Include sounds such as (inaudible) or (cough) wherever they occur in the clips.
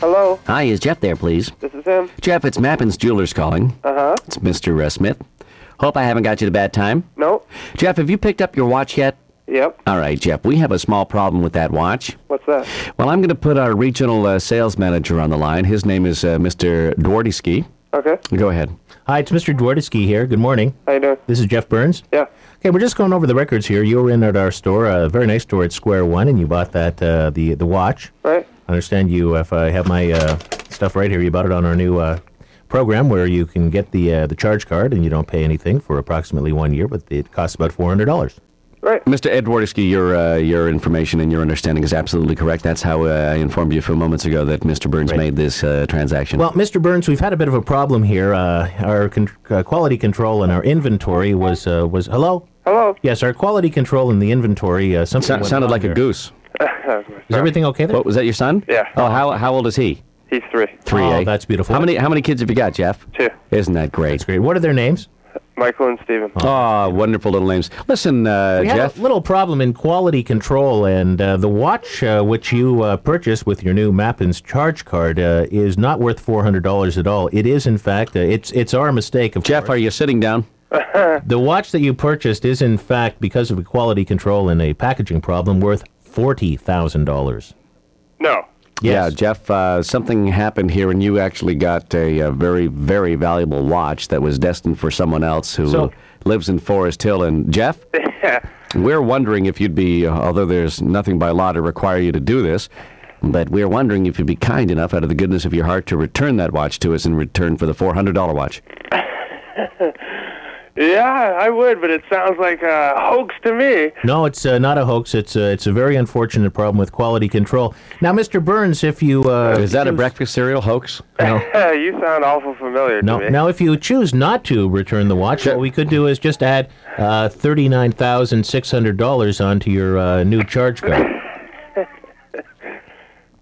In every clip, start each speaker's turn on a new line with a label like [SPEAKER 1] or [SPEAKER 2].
[SPEAKER 1] Hello,
[SPEAKER 2] Hi, is Jeff there, please?
[SPEAKER 1] this is him.
[SPEAKER 2] Jeff, it's Mappin's Jewelers calling.
[SPEAKER 1] Uh huh.
[SPEAKER 2] It's Mr. Uh, Smith. Hope I haven't got you at a bad time.
[SPEAKER 1] No.
[SPEAKER 2] Jeff, have you picked up your watch yet?
[SPEAKER 1] Yep.
[SPEAKER 2] All right, Jeff, we have a small problem with that watch.
[SPEAKER 1] What's that?
[SPEAKER 2] Well, I'm going to put our regional uh, sales manager on the line. His name is uh, Mr. Dwardyski.
[SPEAKER 1] Okay.
[SPEAKER 2] Go ahead.
[SPEAKER 3] Hi, it's Mr. Dwardeski here. Good morning.
[SPEAKER 1] How you doing?
[SPEAKER 3] This is Jeff Burns.
[SPEAKER 1] Yeah.
[SPEAKER 3] Okay, we're just going over the records here. You were in at our store, a very nice store at Square One, and you bought that uh, the the watch.
[SPEAKER 1] Right.
[SPEAKER 3] I understand you. If I have my uh, stuff right here, you bought it on our new uh, program where you can get the uh, the charge card and you don't pay anything for approximately one year, but it costs about four hundred dollars.
[SPEAKER 1] Right.
[SPEAKER 2] Mr. Edwardiski, your uh, your information and your understanding is absolutely correct. That's how uh, I informed you a few moments ago that Mr. Burns made this uh, transaction.
[SPEAKER 3] Well, Mr. Burns, we've had a bit of a problem here. Uh, our con- uh, quality control and our inventory was uh, was hello.
[SPEAKER 1] Hello.
[SPEAKER 3] Yes, our quality control and the inventory uh, something
[SPEAKER 2] so-
[SPEAKER 3] went
[SPEAKER 2] sounded
[SPEAKER 3] wrong
[SPEAKER 2] like
[SPEAKER 3] there.
[SPEAKER 2] a goose.
[SPEAKER 3] Is everything okay there?
[SPEAKER 2] What was that? Your son?
[SPEAKER 1] Yeah.
[SPEAKER 2] Oh, how how old is he?
[SPEAKER 1] He's three.
[SPEAKER 2] Three.
[SPEAKER 3] Oh,
[SPEAKER 2] eh?
[SPEAKER 3] that's beautiful.
[SPEAKER 2] How many how many kids have you got, Jeff?
[SPEAKER 1] Two.
[SPEAKER 2] Isn't that great?
[SPEAKER 3] That's great. What are their
[SPEAKER 2] Uh,
[SPEAKER 3] names?
[SPEAKER 1] Michael and Steven.
[SPEAKER 2] Oh, wonderful little names. Listen, uh,
[SPEAKER 3] We
[SPEAKER 2] Jeff.
[SPEAKER 3] had a little problem in quality control, and uh, the watch uh, which you uh, purchased with your new Mappin's charge card uh, is not worth four hundred dollars at all. It is, in fact, uh, it's it's our mistake. Of
[SPEAKER 2] Jeff,
[SPEAKER 3] course.
[SPEAKER 2] are you sitting down?
[SPEAKER 3] the watch that you purchased is, in fact, because of a quality control and a packaging problem, worth forty thousand dollars.
[SPEAKER 1] No.
[SPEAKER 2] Yeah,
[SPEAKER 3] Yes.
[SPEAKER 2] Jeff, uh, something happened here, and you actually got a, uh very, very valuable watch that was destined for someone else who
[SPEAKER 3] So-
[SPEAKER 2] lives in Forest Hill. And
[SPEAKER 3] (laughs)
[SPEAKER 2] Jeff, we're wondering if you'd be, although there's nothing by law to require you to do this, but we're wondering if you'd be kind enough, out of the goodness of your heart, to return that watch to us in return for the $400 watch.
[SPEAKER 1] Yeah, I would, but it sounds like a hoax to me. (laughs)
[SPEAKER 3] No, it's uh, not a hoax. It's uh, it's a very unfortunate problem with quality control. Now, Mr. Burns, if you uh,
[SPEAKER 2] Is that a
[SPEAKER 3] choose-
[SPEAKER 2] breakfast cereal hoax?
[SPEAKER 3] No.
[SPEAKER 1] you sound awful familiar
[SPEAKER 3] No.
[SPEAKER 1] to me.
[SPEAKER 3] Now, if you choose not to return the watch, what we could do is just add uh, thirty-nine thousand six hundred dollars onto your uh, new charge card.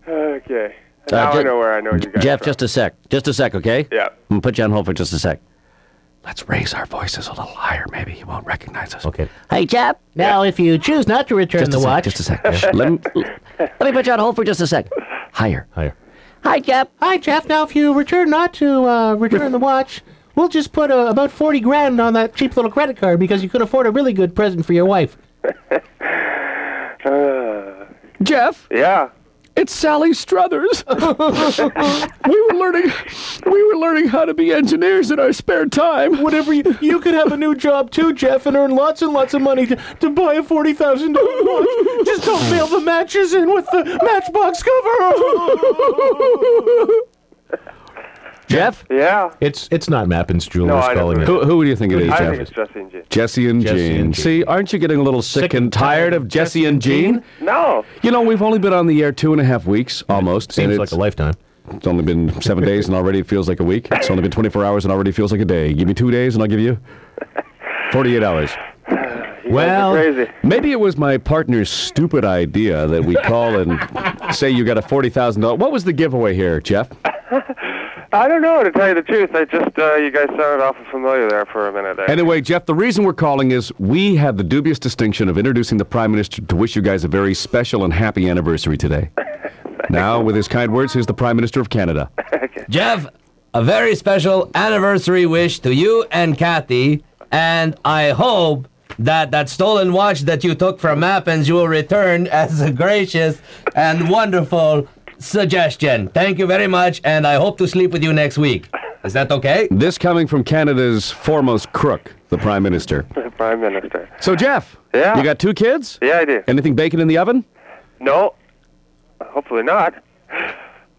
[SPEAKER 1] Okay.
[SPEAKER 2] Uh,
[SPEAKER 1] now
[SPEAKER 2] Je-
[SPEAKER 1] I know where I know you guys.
[SPEAKER 2] Jeff,
[SPEAKER 1] from.
[SPEAKER 2] just a sec. Just a sec, okay?
[SPEAKER 1] Yeah.
[SPEAKER 2] I'm going to Mm, put you on hold for just a sec. Let's raise our voices a little higher. Maybe he won't recognize us.
[SPEAKER 3] Okay.
[SPEAKER 2] Hey, Jeff.
[SPEAKER 3] Now, if you choose not to return
[SPEAKER 2] Just
[SPEAKER 3] the
[SPEAKER 2] a sec,
[SPEAKER 3] watch,
[SPEAKER 2] Just a sec. let, me, let me put you on hold for just a sec. Higher.
[SPEAKER 3] higher.
[SPEAKER 2] Hi, Jeff.
[SPEAKER 3] Hi, Jeff. Now, if you return not to uh, return the watch, we'll just put uh, about forty grand on that cheap little credit card because you could afford a really good present for your wife.
[SPEAKER 2] Jeff,
[SPEAKER 1] Uh, Yeah.
[SPEAKER 2] it's Sally Struthers. (laughs) we were learning, we were learning how to be engineers in our spare time. (laughs)
[SPEAKER 3] Whatever you, you could have a new job too, Jeff, and earn lots and lots of money to, to buy a forty thousand dollar watch.
[SPEAKER 2] (laughs)
[SPEAKER 3] Just don't mail the matches in with the matchbox cover. (laughs)
[SPEAKER 2] Jeff,
[SPEAKER 1] Yeah.
[SPEAKER 3] it's it's not Mappin's Jewelers
[SPEAKER 1] No, I don't
[SPEAKER 3] calling
[SPEAKER 1] believe
[SPEAKER 3] it.
[SPEAKER 2] who, who do you think it is,
[SPEAKER 1] I
[SPEAKER 2] Jeff?
[SPEAKER 1] think it's Jesse and Gene.
[SPEAKER 2] Jesse and
[SPEAKER 3] Jesse
[SPEAKER 2] Gene.
[SPEAKER 3] and Gene.
[SPEAKER 2] See, aren't you getting a little sick, and tired of Jesse and Gene?
[SPEAKER 1] No.
[SPEAKER 2] You know, we've only been on the air two and a half weeks, almost. and it's,
[SPEAKER 3] Seems like a lifetime.
[SPEAKER 2] it's only been seven days, and already it feels like a week. It's only been 24 hours, and already feels like a day. Give me two days, and I'll give you 48 hours.
[SPEAKER 3] Well,
[SPEAKER 1] Crazy.
[SPEAKER 2] Maybe it was my partner's stupid idea that we call and say you got a forty thousand dollars. What was the giveaway here, Jeff?
[SPEAKER 1] I don't know to tell you the truth. I just uh, you guys sounded awful familiar there for a minute there.
[SPEAKER 2] Anyway, Jeff, the reason we're calling is we have the dubious distinction of introducing the Prime Minister to wish you guys a very special and happy anniversary today. Now, with his kind words, here's the Prime Minister of Canada.
[SPEAKER 4] Jeff, a very special anniversary wish to you and Kathy, and I hope that that stolen watch that you took from Mappins you will return as a gracious and wonderful suggestion. Thank you very much, and I hope to sleep with you next week. Is that okay?
[SPEAKER 2] This coming from Canada's foremost crook, the Prime Minister.
[SPEAKER 1] (laughs) Prime Minister.
[SPEAKER 2] So, Jeff,
[SPEAKER 1] Yeah.
[SPEAKER 2] you got two kids?
[SPEAKER 1] Yeah, I do.
[SPEAKER 2] Anything baking in the (laughs) oven?
[SPEAKER 1] No. Hopefully not.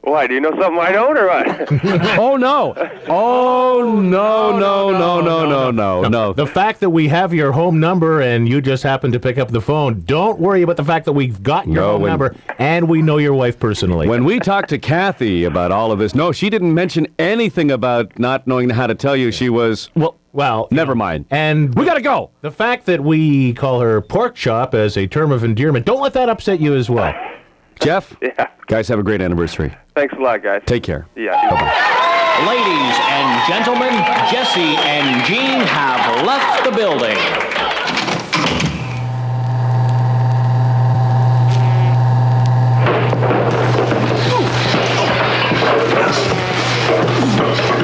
[SPEAKER 1] Why? Do you know something I don't, or what?
[SPEAKER 2] Oh no! Oh no! No! No! No! No! No! No!
[SPEAKER 3] The fact that we have your home number and you just happen to pick up the phone, don't worry about the fact that we've got your
[SPEAKER 2] No,
[SPEAKER 3] home
[SPEAKER 2] when-
[SPEAKER 3] number and we know your wife personally.
[SPEAKER 2] When we talked to Kathy about all of this, no, she didn't mention anything about not knowing how to tell you she was. Well,
[SPEAKER 3] well,
[SPEAKER 2] never mind.
[SPEAKER 3] and
[SPEAKER 2] We gotta go.
[SPEAKER 3] The fact that we call her pork chop as a term of endearment, don't let that upset you as well.
[SPEAKER 2] Jeff, guys, have a great anniversary.
[SPEAKER 1] Thanks a lot, guys.
[SPEAKER 2] Take care.
[SPEAKER 1] Yeah.
[SPEAKER 5] Ladies and gentlemen, Jesse and Jean have left the building.
[SPEAKER 6] Thank you.